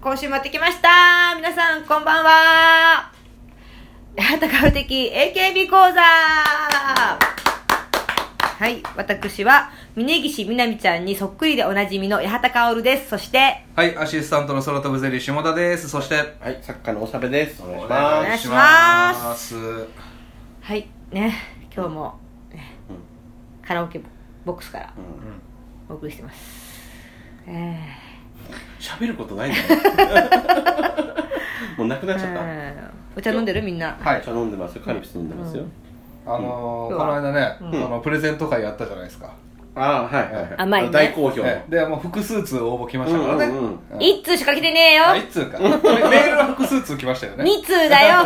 今週もやってきました皆さん、こんばんは八幡う的 AKB 講座はい、私は、峯岸みなみちゃんにそっくりでおなじみの八幡薫です。そして、はい、アシスタントの空飛ぶゼリー下田です。そして、。はい、作家のおさべです。お願いしお願まいす。しますはい、ね、今日も、ねカラオケボックスからお送りしてます。え喋ること ないんだね。もうなくなっちゃっー、うんお茶飲んでるみんな。はた。いお、茶飲んでますよ。カルピス飲んでますよ。あのーうんこの間ね、うんあのプレゼント会やったじゃないですか。ああ、はいはいはい。甘いね大好評。ええで、もう複数通応募来ましたからね。うんうんうんうん一通しか来てねえよあ一通か。メールは複数通来ましたよね。二通だ よ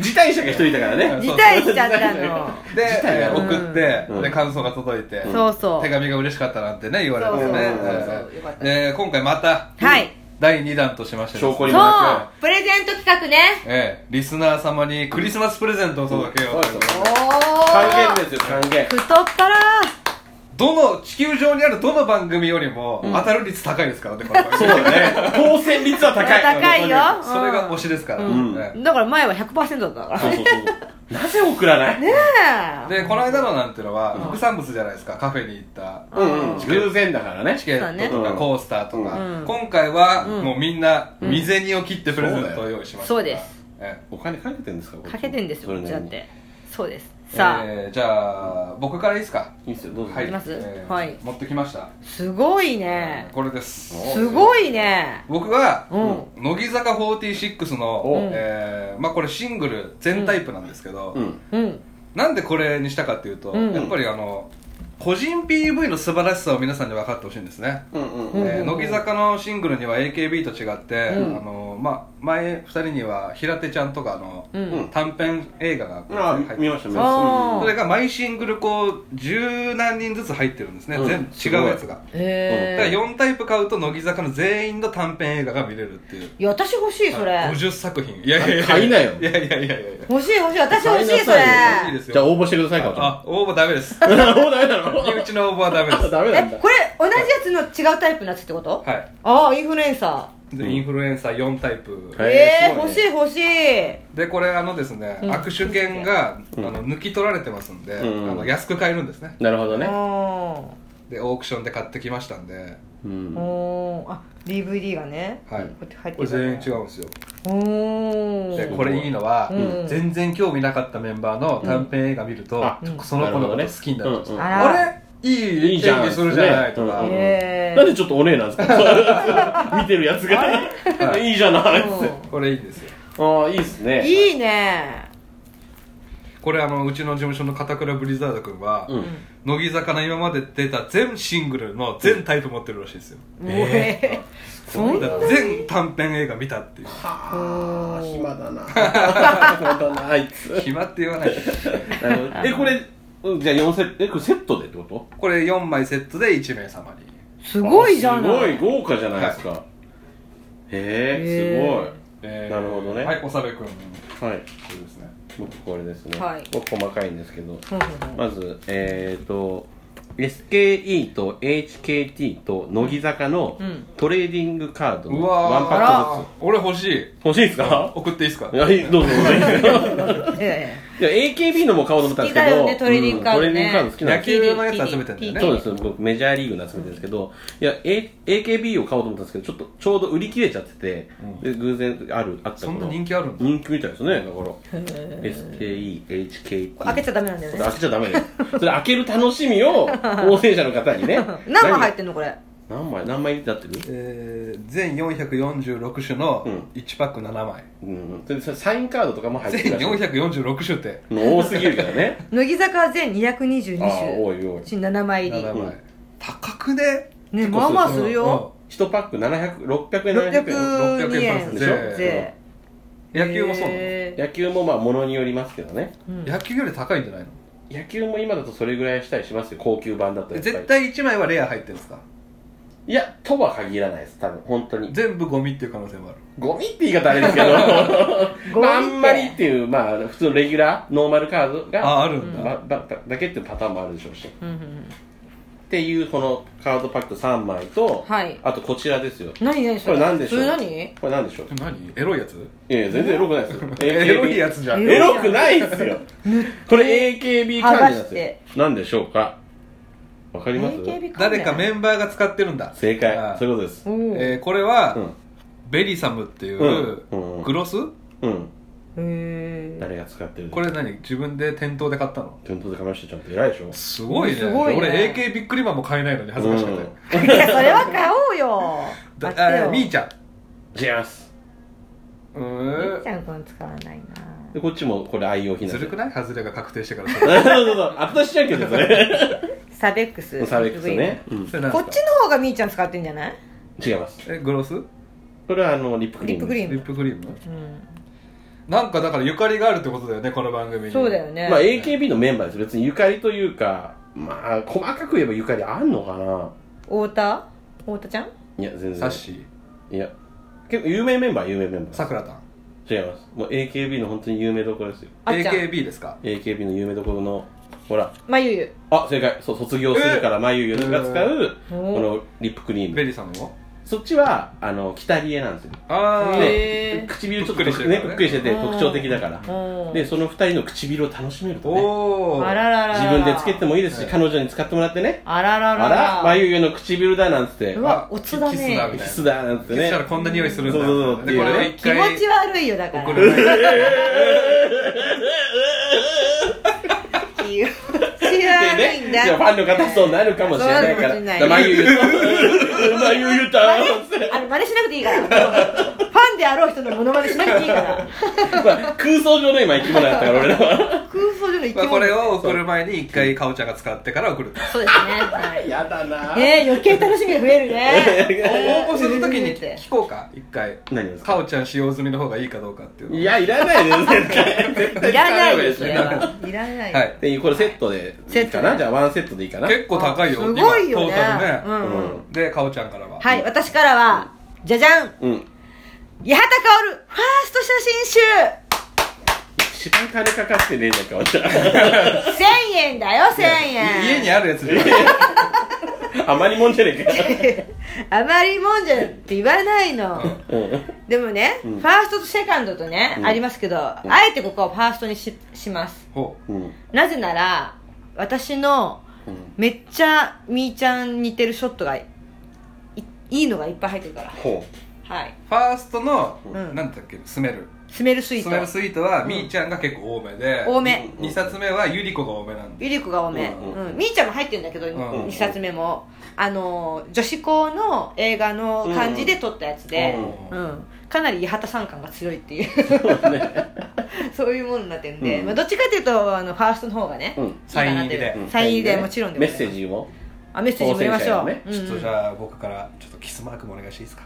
辞退者が一人だからうんね。辞退しちゃったの。で、体えがー送って、うんで感想が届いて、そうそう手紙が嬉しかったなんてね言われてねそうそうそそううえーよかったで今回また、はい第2弾としましてですね証拠にそ今だうプレゼント企画ねええリスナー様にクリスマスプレゼントを届けようということでお還お元ですよ、還元。太っ腹どの地球上にあるどの番組よりも当たる率高いですからね、この番組 そうだね。当選率は高い。高いよそれが推しですから、んええだから前は100%だったかそうそうそう。なぜ送らないらねえでこの間のなんてのは副産物じゃないですかカフェに行ったうんうん。偶然だからね。チケットそうとかだねコースターとか、うん今回はうんもうみんな身銭を切ってプレゼントを用意しましたそうだよそうです、えお金かけてんですかかけてんですよこっちだっ。これねてそうですえさあええじゃあ僕からいいですかいいっすよ、どうぞ。はいきますええはい持ってきました、すごいねこれですすごいね僕は、う乃木坂46おの、えーまあ、これシングル全タイプなんですけど、うん。うんなんでこれにしたかっていうと、うんやっぱりあの個人 PV の素晴らしさを皆さんに分かってほしいんですね、うんうんうんえー乃木坂のシングルには AKB と違って、うんあのまあ、前2人には平手ちゃんとかのううんん短編映画がこうあ入って見ました、見あまそれが毎シングルこう十何人ずつ入ってるんですね、うん全す部ごい違うやつがだからええ4タイプ買うと乃木坂の全員の短編映画が見れるっていういや私欲しいそれ50作品いやいやいや買いなよいやいやいやいやい欲しい欲しい私欲しいそ買いいでれすす。よじゃあ応募してください、かおちゃん。あ応募ダメですもうダメだろ身内の応募はダメです ダメなんえだこれ同じやつの違うタイプのやつってことはいああインフルエンサでうんインフルエンサー4タイプ、ーはいええす欲ごいねしい欲しいでこれあのですね、うん握手券が、あの抜き取られてますんで、うんあの安く買えるんですねなるほどうねんでオークションで買ってきましたんで、うんおーあ DVD がねはいこうやって入ってこれ全員違ううんですよおでーこれいいのは、うん全然興味なかったメンバーの短編映画見ると、あその子のこと好きになるんです、うんあらあれいいいい演じゃん技するじゃないとか、うんえなんでちょっとおねえなんですか見てるやつがいいじゃないっつってこれいいんですよああいいっすー ねいいねこれあのうちの事務所の片倉ブリザード君は、うん乃木坂の今まで出た全シングルの全タイプ持ってるらしいですよ、ええそんな全短編映画見たっていうはあ暇だな暇だなあい つ暇って言わないでなるほどえこれうんじゃあ4セットえこれセットでってことこれ4枚セットで1名様にすごいじゃなあいすごい豪華じゃないですかへへーええなるほどねはいおさべくんこすごいはいれですね僕これですねはい僕細かいんですけどうんうんうんまずえっと SKE と HKT と乃木坂のうんトレーディングカードうのわーワンパックずつ俺欲しい欲しいですか送っていいですかいや、いいどうぞどうぞ。いやいやいや、AKB のも買おうと思ったんで好きすけど。だよねトレーディングカードねうんトレーディングカード好きなん野です球のやつ集めてんだよねそうです僕メジャーリーグの集めてるんですけど、いや、A、AKB を買おうと思ったんですけど、ちょっと、ちょうど売り切れちゃってて、で、偶然ある、あったそんな人気気あるんだ人気みたいですね、だから。へ SKE、HKT。開けちゃダメなんだよこね。れ開けちゃダメです。それ開ける楽しみを、応援者の方にね 何枚入ってんのこれ何何枚、何枚になってるえー全446種のうん1パック7枚、うん。それでサインカードとかも入ってるらしい。 1446種ってもう多すぎるか らね。乃木坂は全222ああ、多種い多い。新7枚入7枚、うん高くねりねまあまあするよ1パック700、600円、700 602円。600円でしょ税野球もそうなの、へー野球もまあものによりますけどねうん野球より高いんじゃないの野球も今だとそれぐらいしたりしますよ高級版だとやっぱり絶対1枚はレア入ってるんですかいやとは限らないです多分本当に全部ゴミっていう可能性もあるゴミって言い方あれですけ どゴミってまあ、あんまりっていうまあ普通のレギュラーノーマルカードがああるんだ、ばばだけっていうパターンもあるでしょうしうんうんうんっていうこのカードパック3枚と、はいあとこちらですよ何何そこれれ何でしょうそれ何これ何でしょう何エロいやついやいや全然エロくないですよ エロいやつじゃんえエロくないっ すよこれ AKB 関連剥がなんですしてよ何でしょうかわかります AKB 関連誰かメンバーが使ってるんだ正あ解ーそういうことですおーえーこれは、うんベリサムっていう、うんうんグロスうんへ ー誰が使ってるこれ何自分で店頭で買ったの店頭で買いましたちゃんと偉いでしょすごいねすごいね俺 AK ビックリマンも買えないのに恥ずかしくて、いやそれは買おうよ買だってあよみーちゃんうん違いますうみっちーんゃんこの使わないなでこっちもこれ愛用品なずんでるすくよない外れが確定してからそ それうそうそう後出しじゃんけどそれ サベックスサベックスね、うんそれなんこですかっちの方がみーちゃん使ってんじゃない違いますえグロスこれはあのリップクリリッームプクリリームップクリーうムんなんかだからゆかりがあるってことだよねこの番組にそうだよねまあ AKB のメンバーです別にゆかりというかまあ細かく言えばゆかりあんのかな太田太田ちゃんいや全サ然ッシーいや結構有名メンバー有名メンバさーくらたん違いますもう AKB の本当に有名どころですよあっちゃん AKB ですか AKB の有名どころのほらまゆゆあ正解そう卒業するから眉ゆが使うえこのリップクリーベムリーさんもそっちはあの北リエなんですよああ、へでー唇ちょっとぷっくりしてるからねねぷっくりしてて特徴的だからうんでその二人の唇を楽しめるとねおおあらららら自分でつけてもいいですしはい彼女に使ってもらってねあらららあら眉ゆの唇だなんつってうわおつだねキスだみキたいなスだなんてそねしたらこんな匂いするんだそうそうそうでこれで一気持回ち悪いよだから送るね気持ち悪いんだじゃあファンの方そうなるかもしれないからそうなるだかもましゆゆまゆゆた あの真似しなくていいからファンであろう人のモノマネしなくていいからまあ空想上の今生き物だったから俺らは空想上の生きまあ物これを送る前に一回かおちゃんが使ってから送るそうですねはいやだなねえ余計楽しみが増えるね応募するうるうるときうるにって聞こうか一回何ですかおかちゃん使用済みの方がいいかどうかっていうのをいやいらないです絶対絶対いらないです使ねえばいいしいらないはっいていうこれセットでいいかセットなでじゃあワンセットでいいかな結構高いよすごいよね今トータうルね、んうんでかおちゃんからははい私からはじゃじゃんうん八幡薫ファースト写真集一番金かかってねえじゃんかおちゃ1000円だよ1000円家にあるやつでん あまりもんじゃねえかあまりもんじゃって言わないの、うんでもね、フんァーストとセカンドとね、うんありますけど、あえてここをファーストにししますほうんなぜなら私のうんめっちゃみーちゃん似てるショットがいいいのがいっぱい入ってるからほはいうファーストの、んなんだっけスメルスメルスイースメルトスイートは、みーちゃんが結構多めで多め2冊目はゆり子が多めなんでゆり子が多め、うんうんみーちゃんも入ってるんだけど、うん2冊目もあのー女子校の映画の感じで撮ったやつで、ううんんかなり八幡さん感が強いっていううね そういうものになってるんで、うんまあ、どっちかというとあのファーストの方がね、うんいいかなというサイン入りでサイン入りでもちろんでごメざッいますセージもあメッセージも言いましょう、当選者へのねうんちょっとじゃあ僕からちょっとキスマークもお願いしていいですか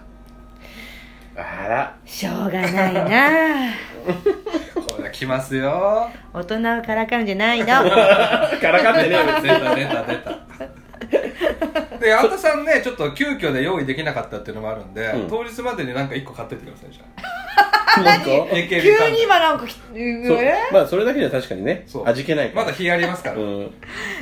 あらしょうがないなあこれ来ますよ大人をからかうんじゃないの は からかってねえよ 出た出た出たであんたさんねちょっと急遽で用意できなかったっていうのもあるんで、うん当日までになんか1個買っといてくださいじゃあ何個 AKB 急関に係今なんかきそうえまあそれだけじゃ確かにねそう味気ないからまだ日ありますから、うん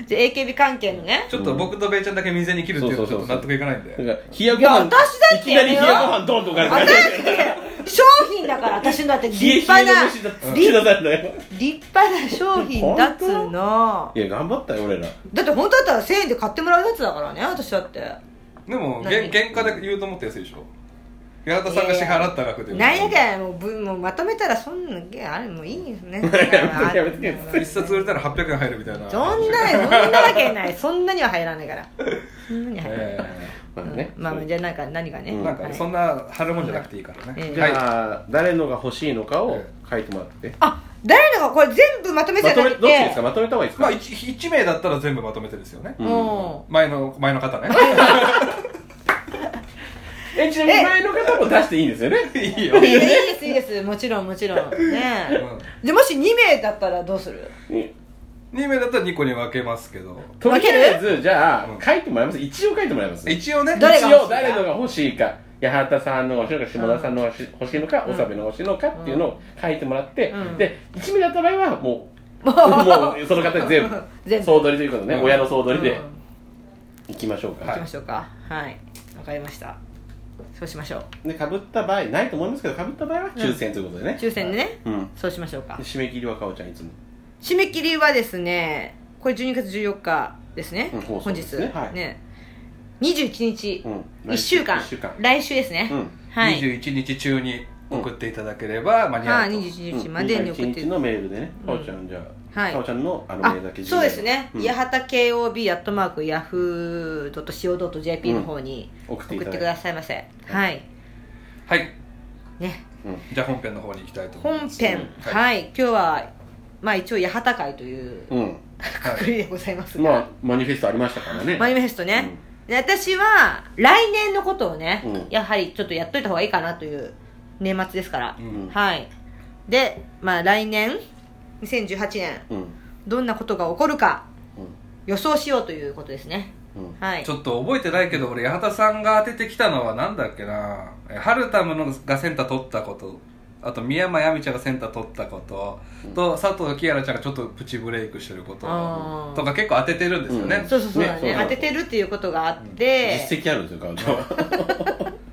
じゃあ AKB 関係のねちょっと僕とベイちゃんだけ水に切るっていうのはちそょうっとそうそうそう納得いかないんでなんか冷やごいや飯私だっていきなり冷やご飯ドンとか私れて商品だから私のだって立冷え冷え派のな飯だって口出さんだよ立派な商品だっつうのいや頑張ったよ俺らだって本当だったら1000円で買ってもらうやつだからね私だってでも何原原価で言うと思って安いでしょ八幡さんが支払った額でなんやかんやもうぶもうまとめたらそんなげあれもういいですねやめてやめて1冊売れたら800円入るみたいなそんなそんなわけないそんなには入らないからそんなには入らない、えまあねまあまあじゃあなんか何がね、うえんなんかはいそんな貼るもんじゃなくていいからえねえじゃあ誰のが欲しいのかを書いてもらってあ誰のがこれ全部まとめちまゃなとめくどっちですかてまとめた方がいいですまかあ 1, 名だったら全部まとめてですよね、ううんん前の前 の方ねえちなみに前の方も出していいんですよねいいいよ、いですいいですもちろんもちろんうねんでもし2名だったらどうする2名だったら2個に分けますけどとりあえずじゃうんあ書いてもらいます一応書いてもらいます一応ね誰一が応誰のが欲しいか八幡さんのが欲しいのか下田さんのが欲し欲しいのかうん長部のが欲しいのかっていうのを書いてもらって、うんで1名だった場合はもうも もうその方に全部全部総取りということね、うん親の総取りで、うん行きましょうか、行きましょうかはいわかりましたそうしましょうでかぶった場合ないと思いますけどかぶった場合は抽選ということでね、抽選でねうんそうしましょうか締め切りはかおちゃんいつも締め切りはですねこれ12月14日ですね、うん放本送で日すねはいね21日、うん1週間一週間来週ですね、うんはい21日中に送っていただければ間に合はういと、 21日までに送って、 21日のメールでねかおちゃんじゃあ、はいかおちゃんのあのあメールだけそうですね、うん八幡 KOB アットマークヤフー .co.jp の方に送って送いっただいててくださいませはいはいねじゃあ本編の方に行きたいと思い本ます編はいはい今日はまあ一応八幡会といううんはいくくりでございますまがあマニフェストありましたからねマニフェストね、で私は来年のことをね、うんやはりちょっとやっといた方がいいかなという年末ですから、うんはいでまあ来年2018年うんどんなことが起こるかうん予想しようということですねうんはいちょっと覚えてないけど俺八幡さんが当ててきたのはなんだっけなえハルタムのがセンター取ったことあと宮間亜美ちゃんがセンター取ったこと、と佐藤キアラちゃんがちょっとプチブレイクしてることあーとか結構当ててるんですよね、うんそうそうそうだねねそう当ててるっていうことがあって、実績あるんですよかおちゃんは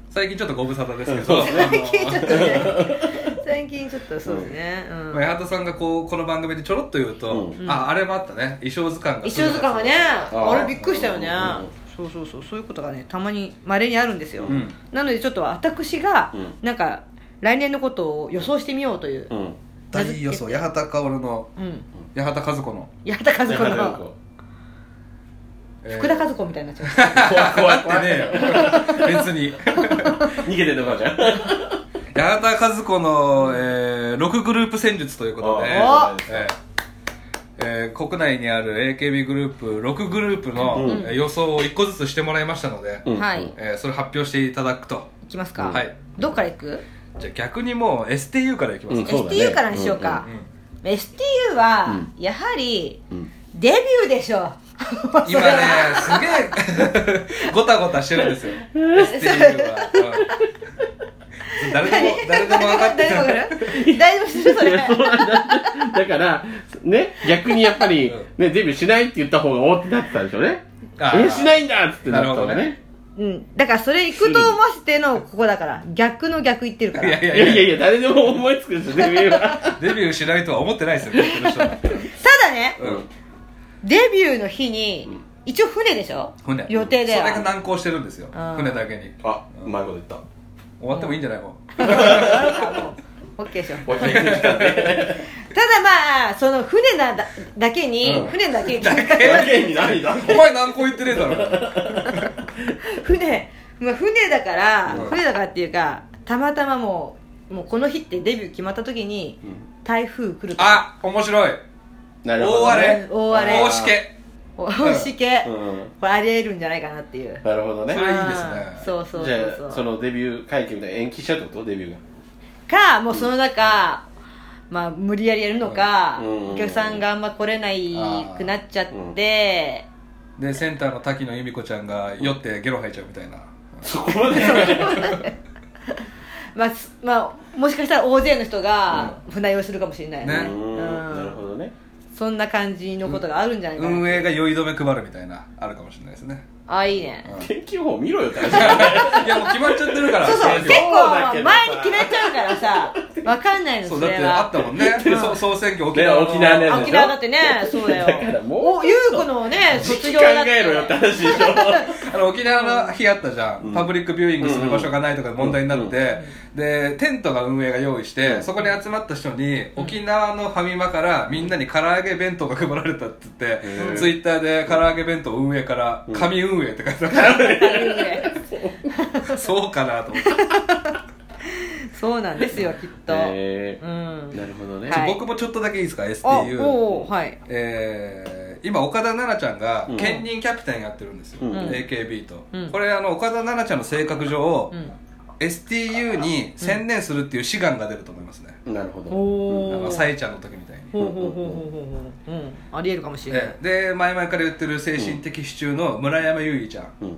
最近ちょっとご無沙汰ですけど、最近ちょっとね 最近ちょっとそうですね、うんまあ八幡さんがこうこの番組でちょろっと言うと、うああれもあったね衣装図鑑が一生図鑑がねああれびっくりしたよねうんうんそうそうそうそういうことがねたまにまれにあるんですよ、うんなのでちょっと私が、うんなんか来年のことを予想してみようという、うん大予想八幡薫のうん、八幡和子の、八幡和子だからのこえー福田和子みたいになっちゃいましたう怖い怖い合怖っいてねえよ別に逃げてんのかおちゃん八幡和子の、えー、6グループ戦術ということで、あえーえー国内にある AKB グループ6グループの、うんえー予想を1個ずつしてもらいましたので、うんはいえーそれ発表していただくといきますか、はいどっから行く、じゃあ逆にもう STU からいきますうんそうだね STU からにしようか、うん STU は、うやはりうんデビューでしょ 今ねすげえ ごたごたしてるんですよ STU は、うん誰でも誰でも分かって大丈夫るかな 大丈夫するそいれやそうなん だだからね逆にやっぱり、うんね、デビューしないって言った方がおーってなってたでしょうねえあーーしないんだっつってなったのがねなるうん、だからそれ行くと思わせてのここだから逆の逆言ってるからいやいいややいやいやいや誰でも思いつくでしょデビューはデビューしないとは思ってないですよねこの人はただねうんデビューの日に一応船でしょ船予定でそれが難航してるんですよあー船だけにあうまいこと言った終わってもいいんじゃないの オッケーでしょお茶行く時間ねただまあその船なだだけに、うん船だ けにだけに何だお前難航言ってねえだろ船、まあ、船だから、うん船だからっていうかたまたまもうもうこの日ってデビュー決まった時に台風来るとかあ面白いな大るほど荒ねれ大荒れ大しけおしけ、うんこれありえるんじゃないかなっていうなるほどねそれいいですねあーそうそうじそうそゃうあそのデビュー会見みたいな延期しちゃうってことデビューがかもうその中、まあ、無理やりやるのか、うんお客さんがあんま来れないくなっちゃって、でセンターの滝野由美子ちゃんが酔ってゲロ吐いちゃうみたいなそこまでうまあすまあ、もしかしたら大勢の人が船酔いするかもしれないよねねんうんなるほどねそんな感じのことがあるんじゃないかな、運営が酔い止め配るみたいなあるかもしれないですねああいいね天気予報見ろよって話いやもう決まっちゃってるからそうそう政結治は構だけどさ前に決めちゃうからさわかんないのそうそだっれてあはったもんね そう総選挙沖縄のね沖縄のやつあ沖縄だってねそうだよだからもうお優子のね時卒期業考だってえろよって話でしょ あの沖縄の日あったじゃん、パブリックビューイングする場所がないとか問題になって、でテントが運営が用意して、そこに集まった人に、沖縄のファミマからみんなに唐揚げ弁当が配られたって言って、ツイッターで唐揚げ弁当運営から「紙運営」って書いてあったかいいねら そうかなと思って、そうなんですよきっと、へうんーなるほどねはい僕もちょっとだけいいですかあ STU おうはいえー今岡田奈々ちゃんがうん兼任キャプテンやってるんですよ、うん AKB と、うんこれあの岡田奈々ちゃんの性格上、うん STU に専念するっていう志願が出ると思いますね、なるほどおあおのさえちゃんの時みたいに、ほうほうほうほうほうほううんありえるかもしれないええで前々から言ってる精神的支柱の村山優衣ちゃん、うん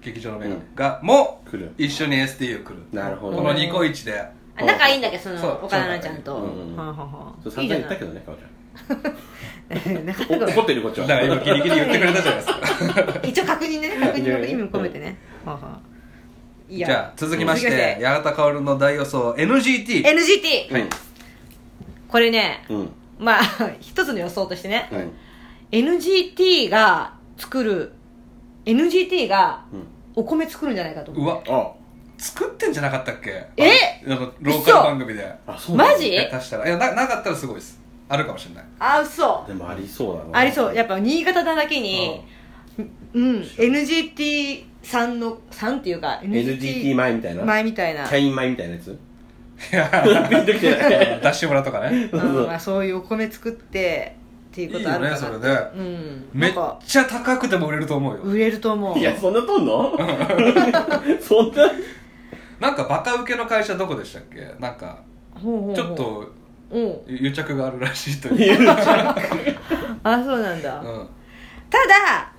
劇場の女神がも来る一緒に STU 来るなるほこどのねニコイチであ仲いいんだけどそそのう岡田奈々ちゃんとそう仲いいうんはあはあはあそうい散いじ々ゃ言っなたいけどねかおちゃ んなかおな怒かってるよこっちはだから今ギリギリ言ってくれたじゃないですか一応確認 でね確認の意味も込めてねはあはあいじやゃあ続きまして八幡薫の大予想 NGT NGT はいこれねうんまあ 一つの予想としてねはい NGT が作る NGT がうんお米作るんじゃないかと思ううわあ作ってんじゃなかったっけえあのローカル番組であそうなんだマジ下手したらいやななかったらすごいですあるかもしれないあ嘘でもありそうだなありそうやっぱ新潟なだけにうん、NGT さんのさんっていうか NGT 前みたいな前みたいな社員前みたいな やつい やピンときてないダッシュ村とかねそううんそうまあ、そういうお米作ってっていうことあるかないいよねそれねうんめなっんかちゃ高くても売れると思うよ売れると思ういやそんなと んのそんななんかバカ受けの会社どこでしたっけなんかほうほうほうちょっとうん癒着があるらしいという言うじゃんあそうなんだ、うんただ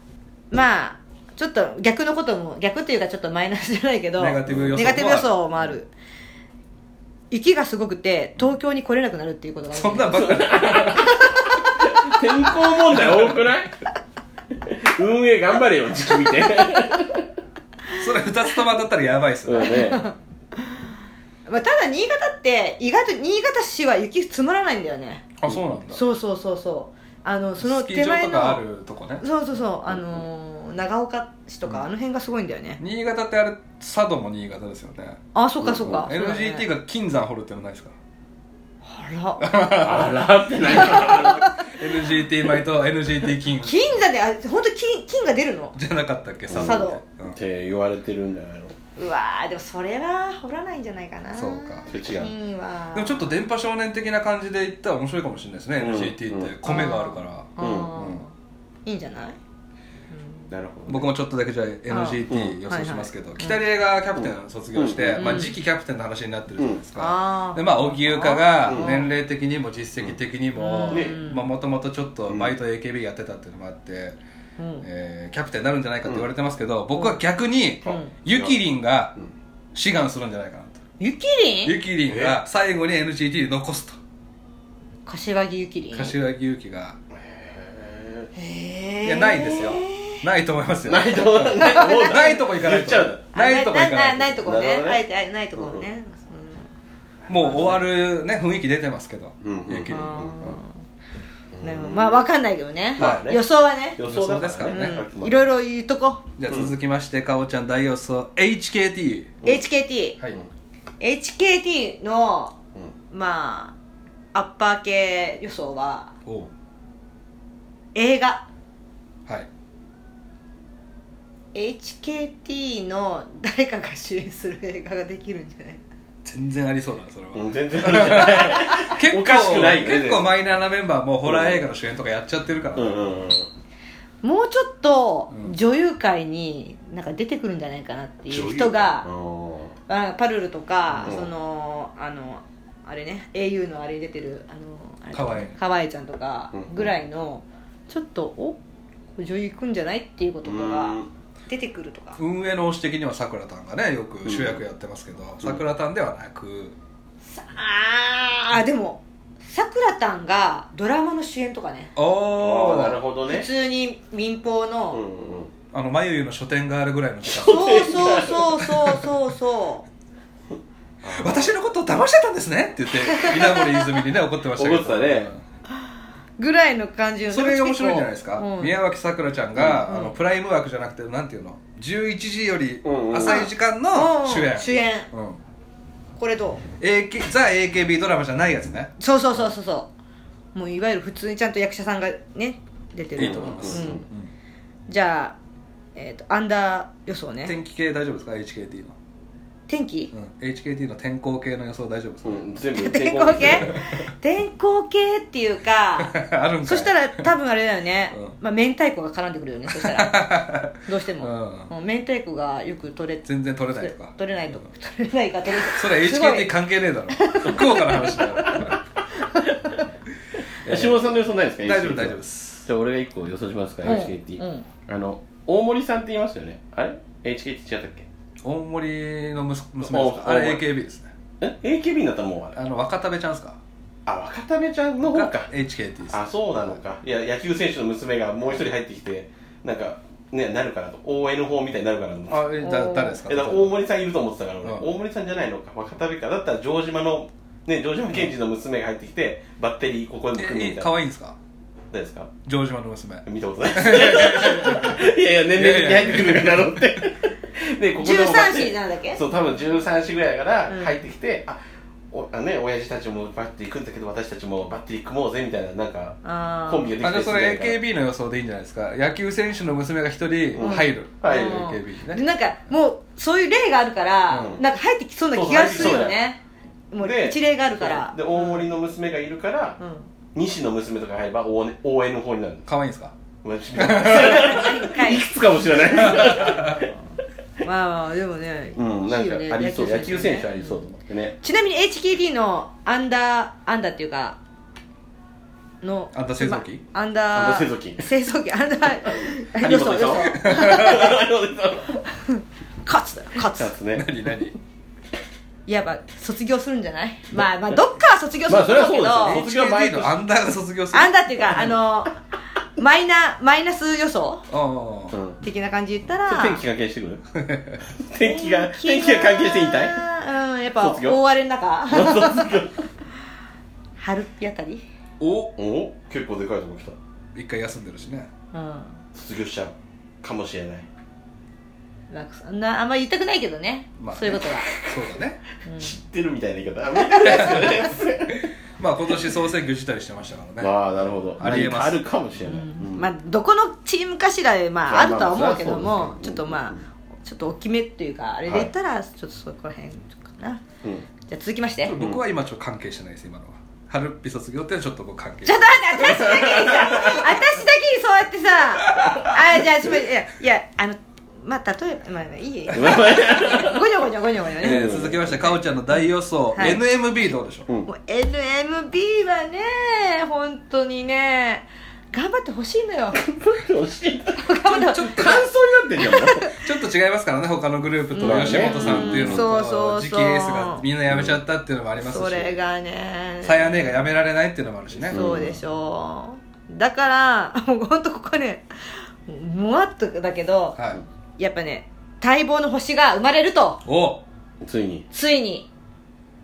まあちょっと逆のことも逆というかちょっとマイナスじゃないけどネガティブ予想もあるネガティブ予想もある雪がすごくて東京に来れなくなるっていうことがあるそんなんばっかり天候問題多くない運営頑張れよ時期見てそれ2つとも当たったらやばいっすそうねだねまあ、ただ新潟って意外と新潟市は雪積もらないんだよねあそうなんだそうそうそうそうあのそのスキー手場前とかあのるとこねそうそうそうあのー長岡市とか、あの辺がすごいんだよね新潟ってあれ佐渡も新潟ですよねあそっかそっか、そうだね NGT が金山掘るってのないですかあら あらってな いか NGT 米と NGT 金金座であ本当金金が出るのじゃなかったっけ佐佐渡渡ってうんって言われてるんじゃないのうわーでもそれは掘らないんじゃないかなそうかそれ違う金はでもちょっと電波少年的な感じで言ったら面白いかもしれないですねうん NGT って米があるからあーうんいいんじゃないなるほど僕もちょっとだけじゃあう NGT ん予想しますけど北出がキャプテン卒業してうんまあ次期キャプテンの話になってるじゃないですかあでまあ荻生香がうん年齢的にも実績的にもうんもともとちょっとバイト AKB やってたっていうのもあってあ、うんえーキャプテンになるんじゃないかって言われてますけど僕は逆にうんゆきりんがうん志願するんじゃないかなとゆきりんゆきりんが最後に NGT で残すと柏木ゆきりん柏木由紀が へへーいやないですよないと思いますよないと思うもうないとこ行かない言っちゃうあないとこ行かないなないとこねなるほどねあえてあえてないとこね、もう終わるね雰囲気出てますけど、うんうんゆきりうんんはあーなるほどまあわかんないけどね,、まあね予想はね予想ですからうねんいろいろ言っとこじゃあ続きまして、かおちゃん大予想 HKT う HKT、はい、 HKT のうんまあアッパー系予想はおう映画はい HKT の誰かが主演する映画ができるんじゃない全然ありそうだなそれは、うん全然いいじ ゃない結構おかしくないよね結構マイナーなメンバーもホラー映画の主演とかやっちゃってるから、うんうんうんもうちょっとうん女優界になんか出てくるんじゃないかなっていう人あが、ーあパルルとか、うんそのあのあれね au のあれ出てるあのあれかわいいかわいちゃんとかうんぐらいの、ちょっとお女優行くんじゃないっていうこととかうん出てくるとか運営の推し的にはさくらたんがねよく主役やってますけどさくらたんではなくさあーでもさくらたんがドラマの主演とかねおあおーなるほど普ね通に民放の、うんうんあの眉ゆの書店があるぐらいの 時間そうそうそうそうそうそ私のことを騙してたんですねって言って稲森泉にね怒ってましたけど怒ってたねうぐらいの感じのそれが面白いんじゃないですか、うん宮脇さくらちゃんが、うんあのプライム枠じゃなくてなんていうの11時よりうんうん浅い時間うんの主演、主演うんこれど AK ザ・ AKB ドラマじゃないやつねうそうそうそうそうそうもういわゆる普通にちゃんと役者さんがね出てるいいと思います、うんうんじゃあ、えー、とアンダー予想ね天気系大丈夫ですか HKT の、天気うん、HKT の天候系の予想大丈夫ですうか、ん全部天候系天候系っていう か あるんかいそしたら多分あれだよね、うまあ、明太子が絡んでくるよねそしたらどうしても、うもう明太子がよく取れ全然取れないとか取れないとか取れないか取れそれすごい HKT 関係ねえだろ福岡の話だよ下田さんの予想ないですか大丈夫大丈夫ですじゃあ俺が一個予想しますかうん HKT、うんあの大森さんって言いましたよねあれ HKT 違ったっけ大森の息子娘ですかおあうれ AKB ですねえ AKB になったらもうあれあの若田部ちゃんですかあ若田部ちゃんの方がか HKT ですあそうなのかいや野球選手の娘がもう一人入ってきてなんかねなるかなと ON 法みたいになるかなと思ってあえだ誰ですかえだから大森さんいると思ってたから俺、うん大森さんじゃないのか若田部かだったら城島のね城島健二の娘が入ってきてバッテリーここに組むえみえたい可な愛いんですか誰ですか城島の娘見たことないいやいや年齢的に入ってくるかなと思ってでここでもバッ13テリー子なんだっけそう多分13時ぐらいからうん入ってきて、あおあね親父たちもバッテリー組んだけど私たちもバッテリー組もうぜみたいななんかあコンビができあてじゃあそれ AKB の予想でいいんじゃないですか野球選手の娘が一人入る、うんはいうん AKB でねなんかもうそういう例があるから、うんなんか入ってきそうな気がするよねもうで一例があるからで大森の娘がいるから、うん西の娘とか入れば ON, ON の方になる可愛いんですか ごめんい一回くつかもしれないまあまあでもね、うんなんいいよねかありそう野球選手ねありそうと思って ねちなみに HKT のアンダーアンダーっていうかのアンダー製造機まアンダーアンダー製造機製造機アンダ ー張本でしょ勝つだよ勝シャつツね何何いやまあ卒業するんじゃないまあまあどっかは卒業すまるあとそ思れうはけど、そうですね卒業前 HKT のアンダーが卒業するアンダーっていうかあのマイナマイナス予想あうあん的な感じ言ったらそれ天気関係してくる 天気が天気が関係して引退うんやっぱ卒業大荒れの中 春日あたりおお結構でかいとこ来た一回休んでるしねうん卒業しちゃうかもしれないなんかそんなあんま言いたくないけどね,、まあねそういうことは、そうだねうん知ってるみたいな言い 方あ見てないですよねまあ今年総選挙したりしてましたからねまあなるほどありえます何かあるかもしれない、うんまあどこのチームかしらでまああるとは思うけどまあまもちょあそうですねっとまあうんちょっと大きめっていうかあれで言ったらちょっとそこら辺かな、うん じゃあ続きまして僕は今ちょっと関係してないです今のは春っぴ卒業っていうのはちょっと僕関係ちょっと待って私だけにさ私だけにそうやってさあじゃあちょっといやいやあのまあ例えばまあいいよごにょごにょごにょごにょね、えー続きましてかおちゃんの大予想、はい NMB どうでしょう、うんもう NMB はね本当にね頑張ってほしいのよ惜しい頑張ってほしい感想になってんじゃんもちょっと違いますからね他のグループとまあね吉本さんっていうのうんそとうそうそう次期エースがみんな辞めちゃったっていうのもありますしそれがねさや姉が辞められないっていうのもあるしねそうでしょう、だからもうほんとここねもわっとだけどはいやっぱね待望の星が生まれるとおうついについに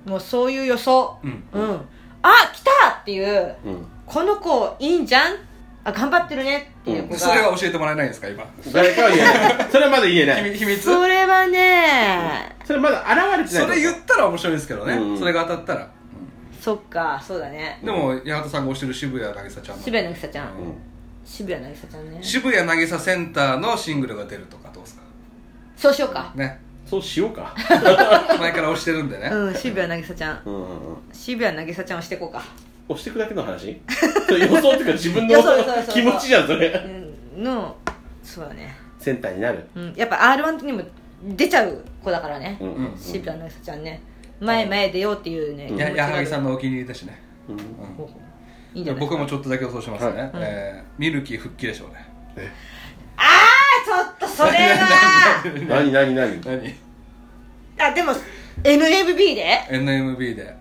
もうそういう予想うんうん、あ来たっていううんこの子いいんじゃんあ頑張ってるねっていう子が、それは教えてもらえないんですか今誰かは言え ないそれはまだ言えな秘い密秘密それはねそれまだ現れてないそれ言ったら面白いですけどね、うんそれが当たったらそっかそうだねでも八幡さんが推してる渋谷渚ちゃんの渋谷渚ちゃん、うん渋谷渚ちゃんね渋谷渚センターのシングルが出るとかどうですかそうしようか ねそうしようか前から推してるんでね、うん渋谷渚ちゃんうんうんうん渋谷渚ちゃんをしていこうか押してくだけの話 それ予想っていうか自分の予想予想予想気持ちじゃんそれうんのそうだね、センターになるうん、やっぱ r 1にも出ちゃう子だからね、うんうん渋谷のさちゃんね前前出ようっていうね、うんや矢作さんののお気に入りだしね、うんうんいいんじゃない僕もちょっとょっとだけ予想しますね、はいうんえーミルキー復帰でしょうねちょっとそれ は何何何何あでも NMB で NMB で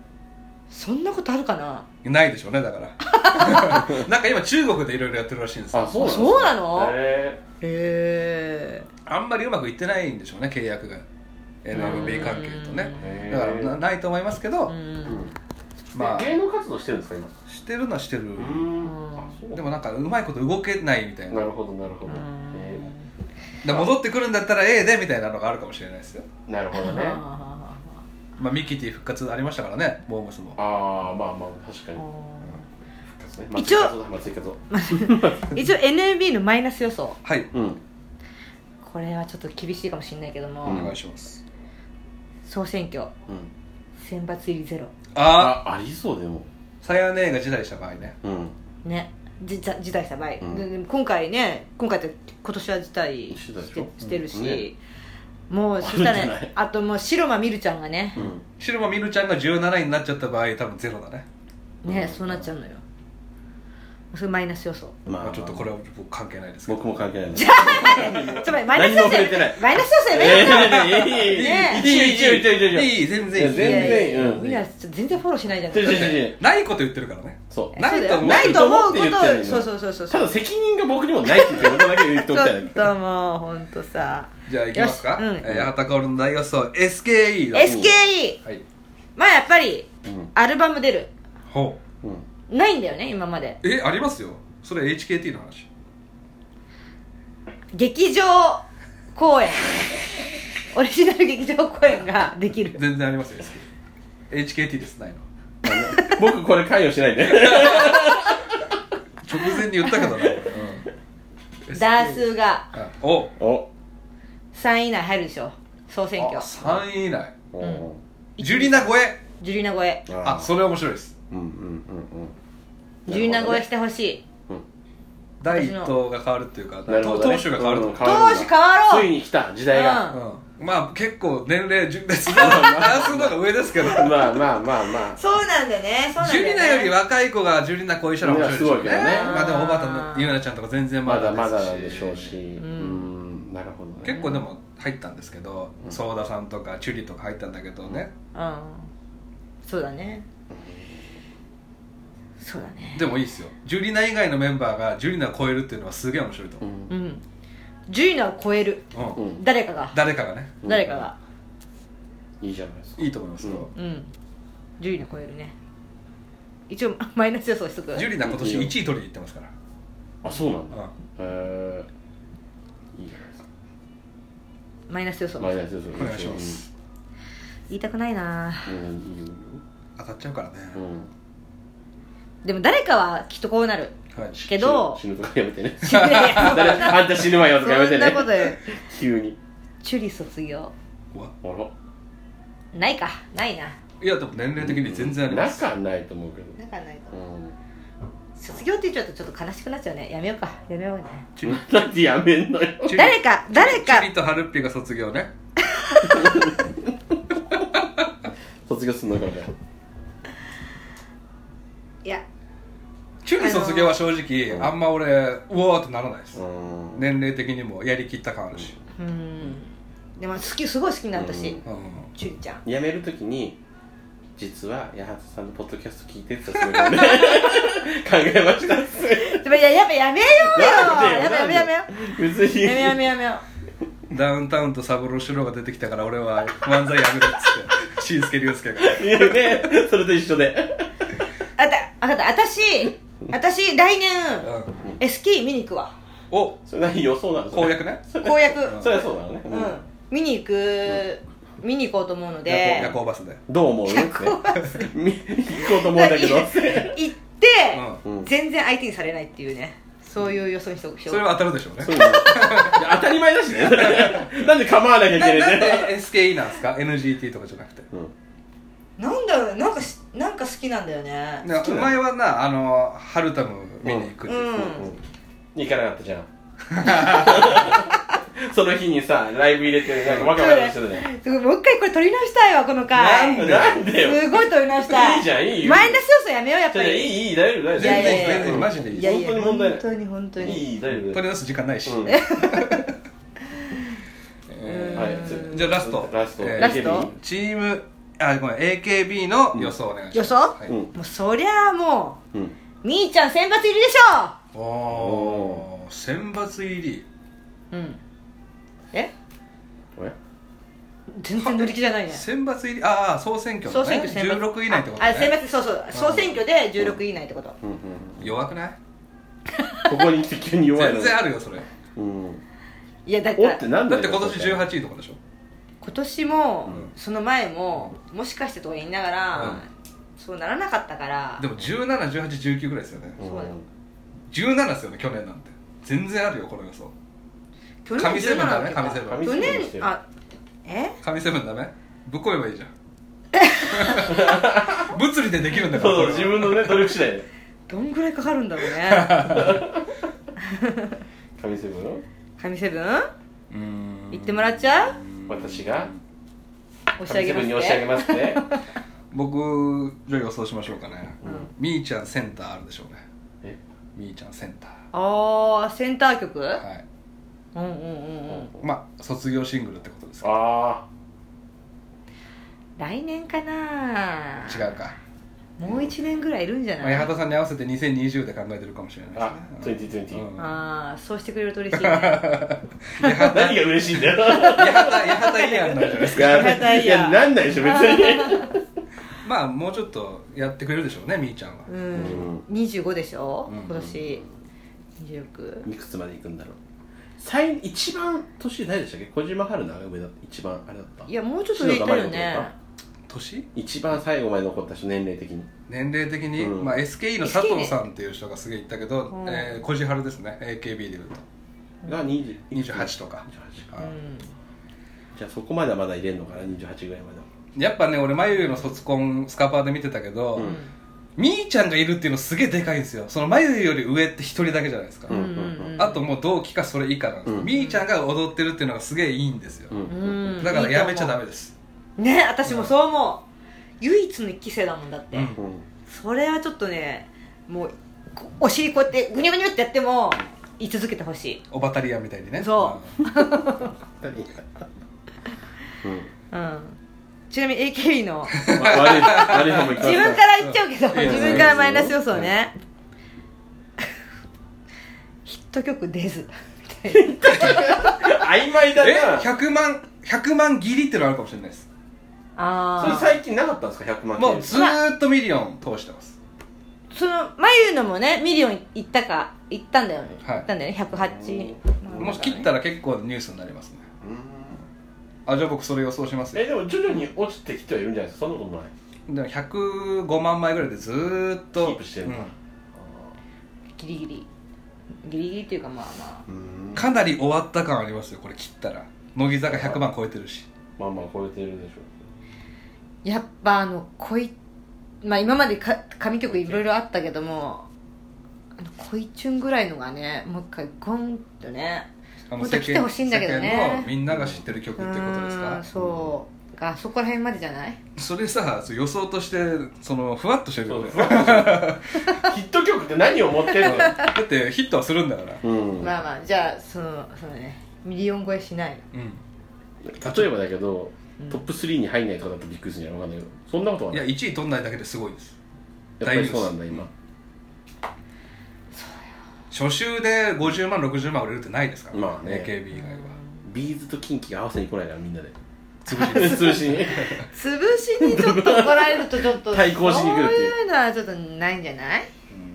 そんなことあるかなないでしょうねだからなんか今中国でいろいろやってるらしいんですよあそうなのそうなのへへえあんまりうまくいってないんでしょうね契約が NMB 関係とねーだからなないと思いますけど、うんまあえ芸能活動してるんですか今してるのはしてる、んあそうでもなんかうまいこと動けないみたいななるほどなるほどえで戻ってくるんだったら A でみたいなのがあるかもしれないですよーなるほどねああまあミキティ復活ありましたからねモームスもあーまあまあ確かーに一応松井和夫一応 NMB のマイナス予想はいうんこれはちょっと厳しいかもしれないけども、お願いします総選挙選抜入りゼロああありそうでもさや姉が辞退した場合ねうんねじざ辞退した場合、うんででも今回ね今回って今年は辞退してたでししょてしてるし、うんねもうそしたらあるんじゃなねいあともう白間みるちゃんがねう、ん白間みるちゃんが17位になっちゃった場合多分ゼロだねねうんそうなっちゃうのよそれマイナス予想まあちょっとこれは僕関係ないですけど僕も関係ない ねちょっと待ってマイナス予何も触れてな想いマイナス予想えやめようよーいやいやいやいやねえいいいいいいいいいいいいいい全然いいいや全然いやいやうんみんなちょっと全然フォローしないじゃなちょいちょちょちょないこと言ってるからねそうないと思うないと思うこないと思うって言ってるとよそうそうそうそうただ責任が僕にもないっていうことだけ言っちてょおきたいっともうほんとさじゃあいきますか、よしうんえー、畑薫の大予想 SKE だ SKE はいまあやっぱりうんアルバム出るほうんないんだよね今までうえありますよそれ HKT の話劇場公 演オリジナル劇場公演ができる全然ありますよ SKE HKT ですないの僕これ関与しないで直前に言ったけどな、うん、ダースがあおお3位以内入るでしょ総選挙3位以内おジュリナ超えジュリナ超えあそれ面白いですうんうんうんジュリナ超えしてほしい第一党が変わるっていうか、うんなる党ほ党どね首が変わるとうんか、投手変わろついうに来た時代がうんまあ結構年齢順別にダンスの方が上ですけどまあまあまあまあそうなんだよねそうなんだジュよねリナより若い子がジュリナこういう人ら面白いですよねいやすごいけどねまあでも小畑のゆうなちゃんとか全然ままだだまだでですししょうしうんなるほどね結構でも入ったんですけどソーダさんとかチュリとか入ったんだけどねうんそうだねそうだねでもいいですよジュリナ以外のメンバーがジュリナを超えるっていうのはすげえ面白いとう思んうんジュリナを超えるう、うんうん誰かが誰かがねうん誰かがいいじゃないですかいいと思いますよ、うんジュリナ超えるね一応 マイナス予想しとくジュリナ今年1位取りに行ってますから、あそうなんだうんへえいいじゃないですかマイナス予想マイナスですお願いします言いたくないなうんうんいいよ当たっちゃうからね、うんでも誰かはきっとこう なるはいけど死ぬ死ぬとかやめてねいやいや誰あんた死ぬわよとかやめそてんなことねよ急にチュリ卒業うわあらないかないないやでも年齢的に全然あります、仲はないと思うけどなんかないとう卒業って言っちゃうとちょっと悲しくなっちゃうねやめようかやめようねチュリんだってやめんのよチュリ誰か誰チかュリとハルッピが卒業ね卒業すんのかじゃいやチュリ卒業は正直、うんあんま俺うおーってならないです、うん年齢的にもやりきった感あるし、うんでも好きすごい好きな私うんチュリちゃん辞めるときに実は八幡さんのポッドキャスト聞いてって言ったらすごいね考えましたっすでもいややっぱやめようよやめやめやめよ別にうやめやめやめようダウンタウンとサブローシローが出てきたから俺は漫才やめるっ つってしんすけりゅうすけがいやねそれと一緒であたあかった私私来年うんエスキー見に行くわおそれ何予想なのそれ攻略ね公約そりゃそうなのね、うん見に行く見に行こうと思うので夜行夜行バスでどう思うってみ行こうと思うんだけど 行ってうん全然相手にされないっていうねそういう予想にしておくしよそれは当たるでしょうねそうなのいや当たり前だ しねそれなんで構わなきゃいけないななんねで SKE なんですか NGT とかじゃなくてうんなんだろうねなんかしなんか好きなんだよねなお前はなあのハルタム見に行くってうんうん行かなかったじゃん その日にさライブ入れてなんかわかわかしてたねすごいもう一回これ撮り直したいわこの回なんでなんでよすごい撮り直したいいいじゃんいいよマイナス要素やめようやっじゃぱあいりいいい大丈夫大いやい丈やい夫や全然マジでいいいやいや本当に問題ない本当に本当にいい大丈夫取り出す時間ないし、うんえはいじゃあラストラストえーラスト AKB ーチームあごめん AKB の予想お願いします、予想はいうんもうそりゃあもうんうみーちゃん選抜入りでしおー選抜入りょうんえおや全然乗り気じゃないね選抜入りああ総選挙総の選ね挙選抜16位以内ってことああ選ね抜そうそう総選挙で16位以内ってことうんうん弱くないここに来て急に弱いの全然あるよそれだうんいやだかおらってなんだよって今年18位とかでしょ今年もんその前ももしかしてとか言いながうらんそうならなかったからでも171819ぐらいですよねうんそうだよ17ですよね去年なんて全然あるよこの予想去神セブンだね17神セブ神ン去セブンにして年るあえ神セブンダメぶっこえばいいじ ゃん物理でできるんだからそうそうこ自れは分のね努力次第でどんぐらいかかるんだろう ね神セブンの神セブンうーん行ってもらっちゃう私が押し上げま神セブンすに押し上げねます ね僕じゃあ予想しましょうかね、うんみーちゃんセンターあるでしょうねえみーちゃんセンタあーセンター曲ーはいうんうんうんうんまあ卒業シングルってことですかあ来年かな違うかもう1年ぐらいいるんじゃまあない八幡さんに合わせて2020で考えてるかもしれないあですねうん2020、うんああそうしてくれると嬉しいね何が嬉しいんだよ八幡八幡イヤーになるじゃないですいか やだやいやいやなんないでしょ別にまあもうちょっとやってくれるでしょうねみーちゃんはううんん25でしょうん今年26いくつまで行くんだろう最一番年誰でしたっけ小島春菜が上だった一番あれだったいやもうちょっと上いたよね年一番最後まで残った人年齢的に年齢的に、うんまあ、SKE の佐藤さんっていう人がすげえ言ったけど、うんえー、小路春ですね AKB でいうとが20 28とか28あうーんじゃあそこまではまだ入れるのかな28ぐらいまではやっぱね俺眉毛の卒コンスカパーで見てたけど、うんみーちゃんがいるっていうのすげえでかいんですよその眉毛より上って一人だけじゃないですか、うんうんうんうんあともう同期かそれ以下なんです、うんみーちゃんが踊ってるっていうのがすげえいいんですよ、うんだからやめちゃダメですね私もそう思う唯一の一期生だもんだってうんうんそれはちょっとねもうこお尻こうやってグニュグニュってやっても言い続けてほしいオバタリアンみたいにねそ何がうんうんちなみに AKB のわ悪い悪い方も行きま自分かすら言っちゃうけどいいよ自分からマイナス予想ね ヒット曲出ずみたいな曖昧うんえだな100万100万切りってのあるかもしれないですそれ ああ最近なかったんですか100万もうずーっとミリオン通してますその眉のもねミリオン行ったか行ったんだよねはい行ったんだよね108もし切ったら結構ニュースになりますねあじゃあ僕それ予想しますよえでも徐々に落ちてきてはいるんじゃないですかそんなことないでも105万枚ぐらいでずーっとキープしてるんだギリギリギリギリっていうかまあまうんかなり終わった感ありますよこれ切ったら乃木坂100万超えてるしまあまあ超えてるでしょあやっぱあの恋まあ今までか神曲いろいろあったけどもあの恋チュンぐらいのがねもう一回ゴンとねあもっと来てほしいんだけどね世間のみんなが知ってる曲っていうことですうーかんそうがそこら辺までじゃないそれさそう予想としてそのふわっとしてるそようねですヒット曲って何を持ってるのだってヒットはするんだからうんまあまあじゃあそのそのねミリオン超えしないうん例えばだけどうんトップ3に入んないとかだとびっくりするんじゃないわかんないけどそんなことはいなやい1位取んないだけですごいですやっぱりそうなんだ今初週で50万60万売れるってないですから、まあね AKB 以外はビーズとキンキが合わせに来ないからみんなで潰し通信潰しにちょっと怒られるとちょっと対抗しに来るっていうそういうのはちょっとないんじゃない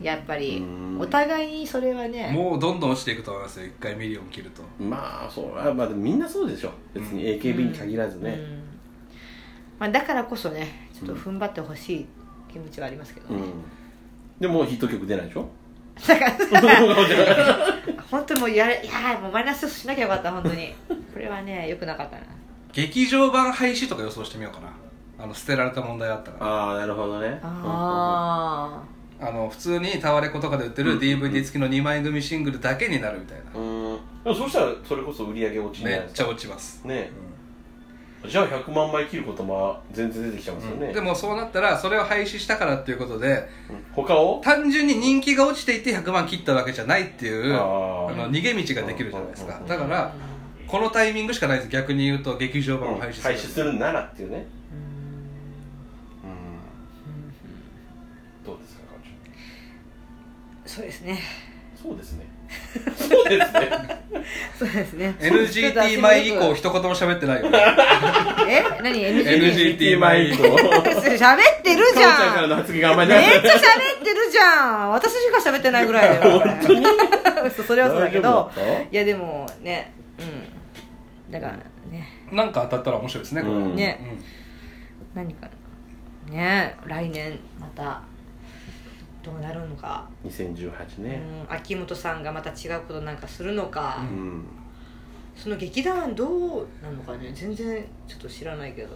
やっぱりうんお互いにそれはねもうどんどん落ちていくと思いますよ一回ミリオン切ると まあそうまあでもみんなそうでしょ別に AKB に限らずうねんまあ、だからこそねちょっと踏ん張ってほしい気持ちはありますけどうね、んでもヒット曲出ないでしょだからそうだ本当にもうやれいやーもうマイナスしなきゃよかった本当 にこれはね良くなかったな劇場版廃止とか予想してみようかなあの捨てられた問題あったからああなるほどねああの普通にタワレコとかで売ってる DVD 付きの2枚組シングルだけになるみたいなうんでもそしたらそれこそ売り上げ落ちるんじめゃないっでちすゃか落ちます、ねじゃあ100万枚切ることも全然出てきちゃいますよね、でもそうなったらそれを廃止したからっていうことで他を単純に人気が落ちていて100万切ったわけじゃないっていうああーの逃げ道ができるじゃないですかうんだからこのタイミングしかないです逆に言うと劇場版を廃止する、廃止するならっていうねーうんどうですか館そうですね長そうですねそうですねそうですね NGT 前以降一言も喋ってないよねえ何 NGT? NGT 前以降喋ってるじかおちゃんかゃらんの発言があんまりなめいっちゃ喋ってるじゃん私しか喋ってないぐらいだよこれ嘘それはそうだけど大丈夫だったいやでもねうんだからね なんか当たったら面白いですねこれ、うんねうん何かね来年またどうなるのか、 2018うねん、秋元さんがまた違うことなんかするのか、うん、うんその劇団はどうなのかね全然ちょっと知らないけど、ね、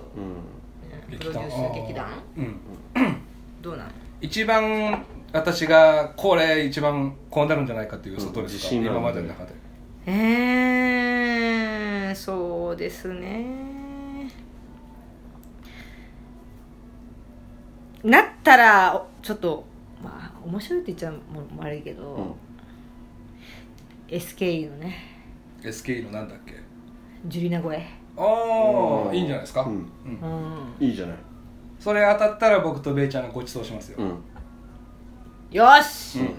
プロデュースの劇団うんどうなの一番私がこれ一番こうなるんじゃないかっていう予想どうですか、うん自信ある今までの中でえー、そうですねなったらおちょっとまあ面白いって言っちゃうもも悪いけど、うん SKE のね SKE のなんだっけジュリナ声あうあんいいんじゃないですか、うんうんいいじゃないそれ当たったら僕とベイちゃんがご馳走しますよ、うんよーし、うん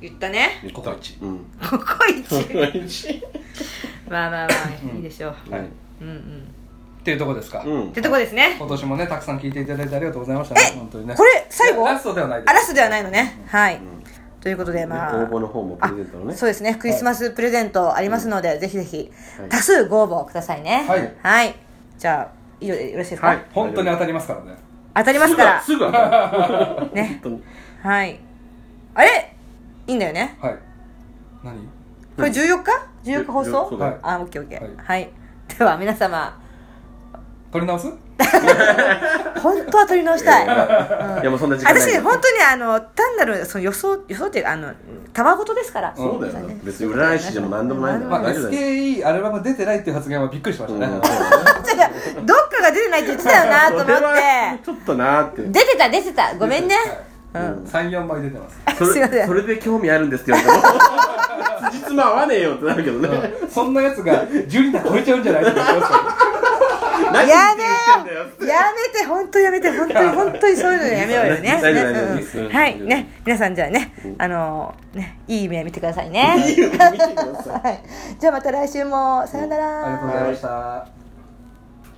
言ったね 言ったココイチ うんココイコチコイチまあまあまあいいでしょう、はい、っうんうんていうとこですか、うんってとこですね今年もねたくさん聞いていただいてありがとうございましたね本当にねこれ最後いやラストではないですあラストではないのねはい、ということでまあ応募の方もプレゼントのねそうですねクリスマスプレゼントありますので、ぜひぜひはい多数ご応募くださいねはいはいじゃあ以上でよろしいですか、はい本当に当たりますからね当たりますからすぐ当たるね本当にはいあれいいんだよねはい何これ14日14日放そう送だはよいあオッケーオッケーははいでは皆様取り直す本当は取り直したい、うんいやもうそんな時間ない私ね本当にあの単なるその予想予想っていうかあの卵事ですからそうだよね別に占い師でも何でもないんだまかあら大丈夫だよ SKE アルバム出てないっていう発言はびっくりしました ね、違うどっかが出てないって言ってたよなと思それはっちょっとなーってて出てた出てたごめんねうん34枚出てますそ すいませれんそれで興味あるんですけど 辻褄合わねえよってなるけどねそんなやつが12段超えちゃうんじゃない って言ってますから何や言ってんめだよようやめて本当やめて本当に本当にそういうのやめよう よね大丈夫ね大丈夫うんですうんはいね皆さんじゃあねあのーねいい夢見てくださいねいいよ見てくださいはいじゃあまた来週もさよならありがとうございました